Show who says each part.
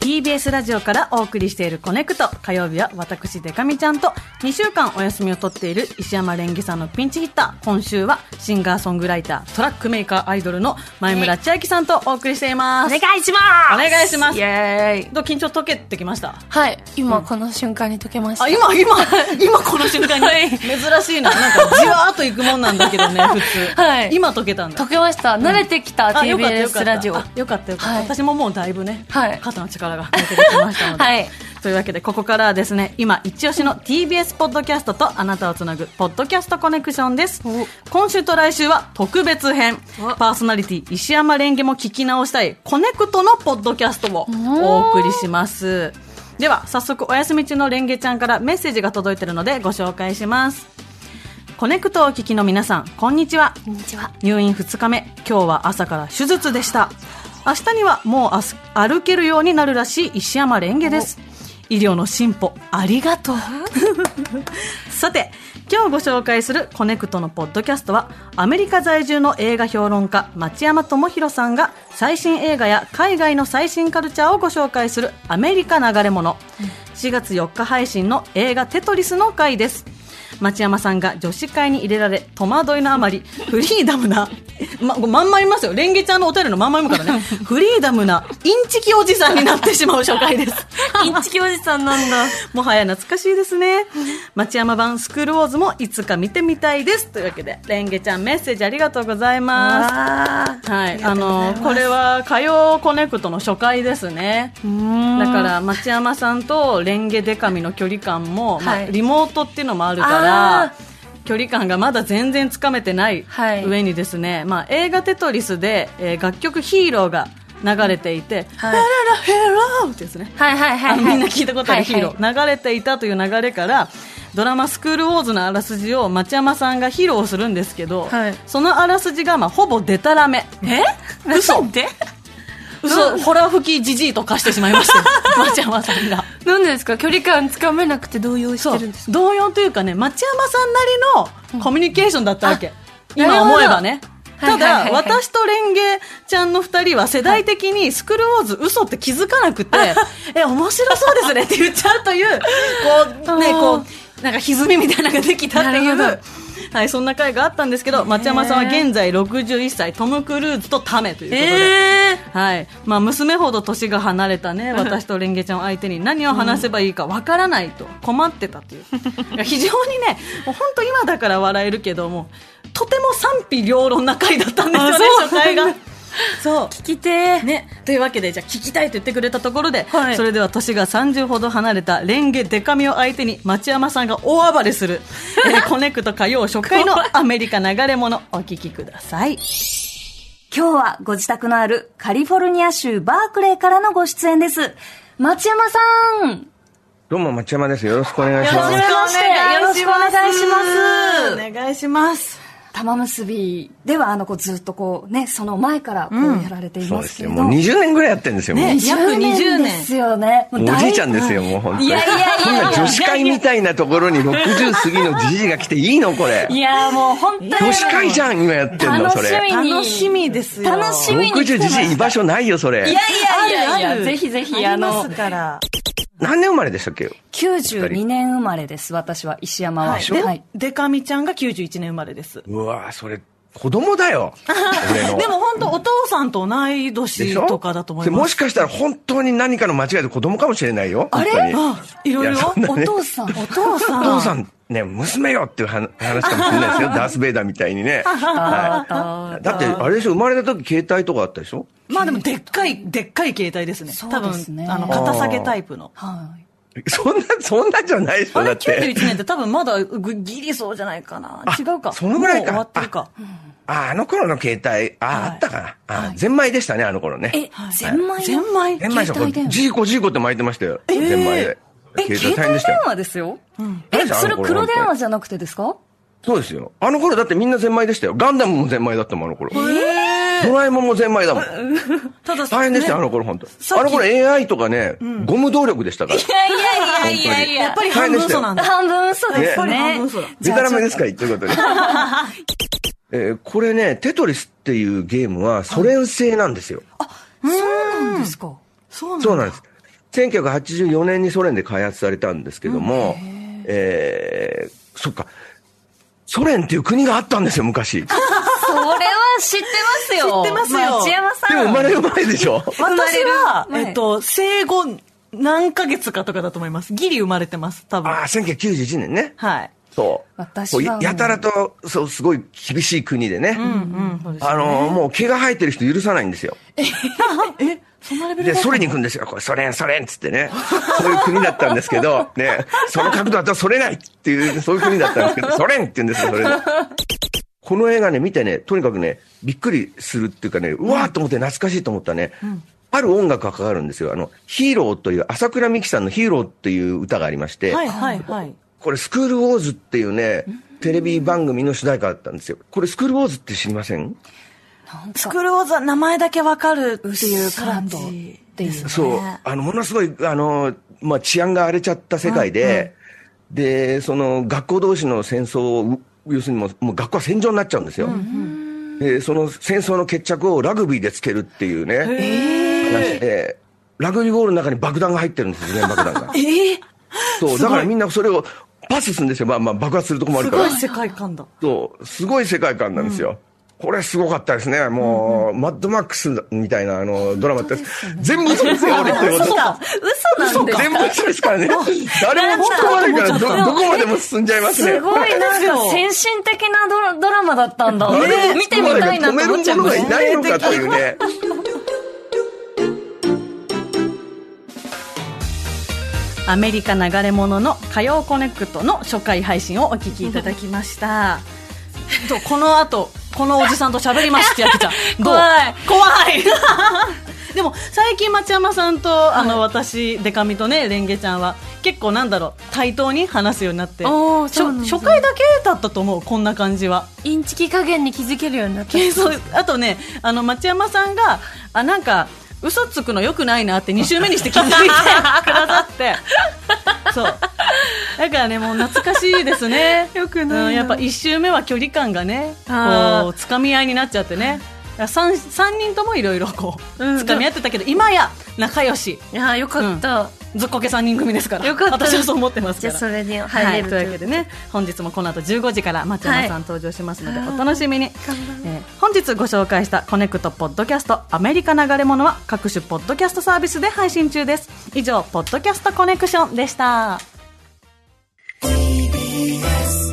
Speaker 1: TBS ラジオからお送りしているコネクト火曜日は私デカミちゃんと2週間お休みを取っている石山レンゲさんのピンチヒッター今週はシンガーソングライタートラックメーカーアイドルの前村千秋さんとお送りしています、
Speaker 2: お願いします
Speaker 1: お願いします
Speaker 2: イエーイ
Speaker 1: どう緊張解けてきました
Speaker 3: はい、今この瞬間に解けました。
Speaker 1: あ今 今今この瞬間に、
Speaker 3: はい
Speaker 1: 珍しいななんかじわーっといくもんなんだけどね普通、
Speaker 3: はい
Speaker 1: 今解けたんだ
Speaker 3: 解けました。慣れてきた
Speaker 1: あよかったよか
Speaker 3: TBS
Speaker 1: った
Speaker 3: ラジオ。
Speaker 1: あ
Speaker 3: は
Speaker 1: よかったよかった、
Speaker 3: はい
Speaker 1: 私ももうだいぶね、
Speaker 3: はい
Speaker 1: 肩の力が抜けてきましたので、
Speaker 3: はい
Speaker 1: というわけでここからはですね今一押しの TBS ポッドキャストとあなたをつなぐポッドキャストコネクションです今週と来週は特別編パーソナリティ石山レンゲも聞き直したいコネクトのポッドキャストをお送りしますでは早速お休み中のレンゲちゃんからメッセージが届いているのでご紹介しますコネクトをお聞きの皆さんこんにちは
Speaker 3: こんにちは。
Speaker 1: 入院2日目今日は朝から手術でした明日にはもうあす歩けるようになるらしい石山レンゲです医療の進歩ありがとうさて今日ご紹介するコネクトのポッドキャストはアメリカ在住の映画評論家町山智博さんが最新映画や海外の最新カルチャーをご紹介するアメリカ流れ物4月4日配信の映画テトリスの回です町山さんが女子会に入れられ戸惑いのあまりフリーダムなままんまいますよレンゲちゃんのお便りのまんま読むからねフリーダムなインチキおじさんになってしまう紹介です
Speaker 3: インチキおじさんなんだ。
Speaker 1: もはや懐かしいですね町山版スクールウォーズもいつか見てみたいですというわけでレンゲちゃんメッセージありがとうございます
Speaker 2: あ
Speaker 1: はい、あ
Speaker 2: りがとうござい
Speaker 1: の
Speaker 2: ます
Speaker 1: これは火曜コネクトの初回ですねだから町山さんとレンゲデカミの距離感も、まあ
Speaker 3: はい
Speaker 1: リモートっていうのもあるから
Speaker 2: あ
Speaker 1: 距離感がまだ全然つかめてない
Speaker 3: はい
Speaker 1: 上にですね、まあ、映画「テトリスで」えー楽曲「ヒーロー」が流れていて「
Speaker 3: はい
Speaker 1: ラララヘロー」ってですね
Speaker 3: はいはいはい、
Speaker 1: あ
Speaker 3: は
Speaker 1: の
Speaker 3: い。
Speaker 1: みんな聞いたことあるヒーロー、
Speaker 3: はいはい
Speaker 1: 流れていたという流れからドラマ「スクールウォーズ」のあらすじを町山さんが披露するんですけど、
Speaker 3: はい
Speaker 1: そのあらすじがまあほぼでたらめえ嘘で嘘、 ホラー吹きじじいと化してしまいましたよ町山さんが
Speaker 3: なんでですか距離感つかめなくて動揺し
Speaker 1: そ
Speaker 3: て
Speaker 1: う
Speaker 3: るんですか
Speaker 1: 同様というかね町山さんなりのコミュニケーションだったわけ、
Speaker 3: んあ
Speaker 1: 今思えばね
Speaker 3: な
Speaker 1: た
Speaker 3: るほどはいはい
Speaker 1: だ、
Speaker 3: はいはい
Speaker 1: 私とレンゲちゃんの二人は世代的にスクールウォーズ嘘って気づかなくて、え、面白そうですねって言っちゃうという、こ う、ね、
Speaker 3: あー
Speaker 1: こう、なんか歪みみたいなのができたってい
Speaker 3: なる
Speaker 1: う、はい、そんな回があったんですけど、町山さんは現在61歳、トム・クルーズとタメということで、
Speaker 3: え
Speaker 1: はいまあ、娘ほど年が離れた、 ね、私とレンゲちゃんを相手に何を話せばいいかわからないと困ってたという非常にねもう本当今だから笑えるけどもとても賛否両論な回だったんですよね
Speaker 3: あそう
Speaker 1: 初回が。そう
Speaker 3: ー、聞きてー。
Speaker 1: ね、というわけでじゃあ聞きたいと言ってくれたところで、
Speaker 3: はい
Speaker 1: それでは年が30ほど離れたレンゲデカミを相手に町山さんが大暴れす る「えーコネクト火曜初回のアメリカ流れ物」お聞きください。
Speaker 2: 今日はご自宅のあるカリフォルニア州バークレーからのご出演です。町山さん
Speaker 4: どうも、町山です。よろしくお願いし
Speaker 1: よろ
Speaker 4: ま
Speaker 1: し
Speaker 4: す。
Speaker 1: くお
Speaker 4: よ
Speaker 1: 願いします。
Speaker 2: よろしくお願いします
Speaker 1: お願いします。
Speaker 2: 玉結びではあのこうずっとこうねその前からこうやられてい
Speaker 4: そう
Speaker 2: ま
Speaker 4: ですす
Speaker 2: けれ
Speaker 4: よ。
Speaker 2: ど、
Speaker 4: もう20年ぐらいやってるんですよ。もう
Speaker 1: ね約20年
Speaker 2: ですよねもう
Speaker 4: もうお
Speaker 2: 大
Speaker 4: じいちゃんですよ、もう本当に。
Speaker 2: いやいやいや
Speaker 4: こんな女子会みたいなところに60過ぎのじじいが来ていいのこれ。
Speaker 2: いやもう本当に
Speaker 4: 女子会じゃん、今やってんの、そ
Speaker 2: 楽し
Speaker 4: れ。
Speaker 2: みに
Speaker 1: 楽しみですよ。
Speaker 2: 楽しみに
Speaker 4: 60
Speaker 2: 来て
Speaker 4: じ
Speaker 2: ました
Speaker 4: じい居場所ないよ、そ
Speaker 2: い。
Speaker 4: れ
Speaker 2: やいやいやいやぜひぜひあ
Speaker 1: ありま
Speaker 2: の
Speaker 1: すから。
Speaker 4: 何年生まれでしたっけ
Speaker 2: 92年生まれです私は石山は、
Speaker 1: で、でかみちゃんが91年生まれです。
Speaker 4: うわぁ、それ、子供 だよ。俺の。
Speaker 1: でも本当お父さんと同い
Speaker 4: で
Speaker 1: 年
Speaker 4: しょ
Speaker 1: とかだと思い
Speaker 4: で
Speaker 1: ま
Speaker 4: も
Speaker 1: す。
Speaker 4: しかしたら本当に何かの間違いで子供かもしれないよ。
Speaker 2: あれ
Speaker 4: 本当に
Speaker 1: あ、いろいろ。
Speaker 4: いやそんな
Speaker 2: お父さん
Speaker 1: お父さ
Speaker 4: お
Speaker 1: ん。
Speaker 4: 父さん、ね、娘よっていう話話かもしれないで すよ。ダース・ベイダーみたいにね。はい、だって、あれでしょ、生まれた時携帯とかあったでしょ
Speaker 1: まあでもでっかい、でっかい携帯ですね。
Speaker 2: そう
Speaker 1: 多
Speaker 2: ですね
Speaker 1: 分、あの、肩下げタイプの。
Speaker 2: はい
Speaker 4: そんな、そんなんじゃないでし
Speaker 1: あ
Speaker 4: ょ、
Speaker 1: れ
Speaker 4: だって。
Speaker 1: 91年って多分まだぐギリそうじゃないかな。違うか。
Speaker 4: そのぐらいか
Speaker 1: もう終わってるか。
Speaker 4: あ、あの頃の携帯、あ、あったかな。あ、ゼンマイでしたね、あの頃ね。
Speaker 2: え、ゼンマイ
Speaker 1: ゼンマイ
Speaker 4: ゼンマイでし
Speaker 2: 携
Speaker 4: ょ、
Speaker 2: 帯電話
Speaker 4: ジーコジーコって巻いてましたよ。ゼンマイで。
Speaker 2: え、携帯電話ですよ
Speaker 4: 大変
Speaker 2: え、
Speaker 4: でした
Speaker 2: それ
Speaker 4: あの頃
Speaker 2: 黒電話じゃなくてですか
Speaker 4: そうですよ。あの頃だってみんなゼンマイでしたよ。ガンダムもゼンマイだったもん、あの頃。ドラえもんもゼンマイだもん。
Speaker 1: ただ、
Speaker 4: 大変でしたよ、あ
Speaker 1: ね
Speaker 4: の頃、本当
Speaker 1: さっき
Speaker 4: あの頃 AI とかね、ゴム動力でしたから。
Speaker 2: い
Speaker 4: やいやいや
Speaker 1: やっぱり半分嘘なんだ。
Speaker 2: 半分嘘
Speaker 4: ね
Speaker 2: です
Speaker 4: やっぱ
Speaker 1: り半
Speaker 2: ね
Speaker 1: 分嘘だ。
Speaker 4: でたらめです
Speaker 2: か
Speaker 4: かい ということで。えーこれね、テトリスっていうゲームはソ連製なんですよ。
Speaker 2: そうなんですか
Speaker 1: そうなんだ
Speaker 4: そうなんです。 1984年にソ連で開発されたんですけども、えー、そっか、ソ連っていう国があったんですよ、昔。 で
Speaker 2: それは知ってますよ。
Speaker 1: 知ってますよ
Speaker 2: 町山さん。
Speaker 4: も生まれる前 でしょ
Speaker 2: まれ
Speaker 1: 私
Speaker 2: る
Speaker 1: は、
Speaker 2: はい
Speaker 1: えっと、生後何ヶ月かとかだと思います。ギリ生まれてます、多分。
Speaker 4: ああ、1991年ね。
Speaker 1: はい。
Speaker 4: そう。
Speaker 2: 私
Speaker 4: こう
Speaker 2: はもう
Speaker 4: やたらと、そう、すごい厳しい国でね。
Speaker 1: うん、そうです
Speaker 4: あ
Speaker 1: よね
Speaker 4: の、もう毛が生えてる人許さないんですよ。
Speaker 1: え、そんなレベル
Speaker 4: で、
Speaker 1: だった
Speaker 4: ソ連に行くんですよ。これ、ソ連、ソ連っつってね。そういう国だったんです けど、ね、その角度だとソれないっていう、そういう国だったんです けど、ソ連って言うんですよ、それで。この映画ね、見てね、とにかくね、びっくりするっていうかね、うわーっと思って懐かしいと思ったね。ある音楽がかかるんですよ。あの、ヒーローという、朝倉美紀さんのヒーローっていう歌がありまして、
Speaker 1: はいはいはい。
Speaker 4: これ、スクールウォーズっていうね、テレビ番組の主題歌だったんですよ。これ、スクールウォーズって知りません
Speaker 1: スクールウォーズは名前だけわかるっていう感
Speaker 2: うっすらと
Speaker 1: じ。
Speaker 2: っていうね
Speaker 4: そう、あの、ものすごい、あの、まあ、治安が荒れちゃった世界で、で、その、学校同士の戦争を、う要するにもう、もう学校は戦場になっちゃうんですよ。で、その戦争の決着をラグビーでつけるっていうね、話で、ラグビーボールの中に爆弾が入ってるんですよ、原 爆弾が。
Speaker 1: ええ
Speaker 4: そう、だからみんなそれをパスするんですよ。まあまあ、爆発するとこもあ
Speaker 1: す
Speaker 4: るか
Speaker 1: ご
Speaker 4: ら
Speaker 1: い。世界観だ。
Speaker 4: そう、すごい世界観なんですよ。これすごかったですね。もう、マッドマックスみたいなあのドラマって、全部嘘ですよ、俺ってこと。
Speaker 2: 嘘嘘なんです
Speaker 4: 全部嘘ですからね。誰も突っ込まないから、ど、どこまでも進んじゃいますね。
Speaker 2: すごいなんか先進的なドラドラマだったんだ。
Speaker 4: 誰も
Speaker 2: 見てみたいなって思っちゃいます
Speaker 4: 止めるものがいないのかというね。
Speaker 1: アメリカ流れ物の火曜コネクトの初回配信をお聞きいただきました。とこの後、このおじさんと喋りますってや ってちゃん。どう
Speaker 2: 怖い。
Speaker 1: 怖い でも最近町山さんとあの私デカミとねレンゲちゃんは結構なんだろう対等に話すようになって
Speaker 3: おー
Speaker 1: 初
Speaker 3: そうなんですね
Speaker 1: 初回だけだったと思うこんな感じは
Speaker 3: インチキ加減に気づけるようになった。
Speaker 1: け そうあとねあの町山さんがあなんか嘘つくのよくないなって2週目にして気づいてくださって そうだからねもう懐かしいですね
Speaker 3: 良くないな
Speaker 1: うんやっぱ1週目は距離感がね
Speaker 3: あー
Speaker 1: こうつかみ合いになっちゃってね 3, 3人ともいろいろこう
Speaker 3: うん
Speaker 1: つかみ合ってたけど、今や仲良し
Speaker 3: いやーよかった。
Speaker 1: ずっこけ3人組ですから
Speaker 3: よかったです
Speaker 1: 私はそう思ってます
Speaker 3: じ
Speaker 1: か
Speaker 3: ゃあ
Speaker 1: ら
Speaker 3: それに
Speaker 1: は
Speaker 3: 入れ
Speaker 1: い、
Speaker 3: る
Speaker 1: というわけでね本日もこの後15時から松山さん登場しますので、お楽しみに、えー本日ご紹介したコネクトポッドキャストアメリカ流れ物は各種ポッドキャストサービスで配信中です以上ポッドキャストコネクションでした
Speaker 5: TBS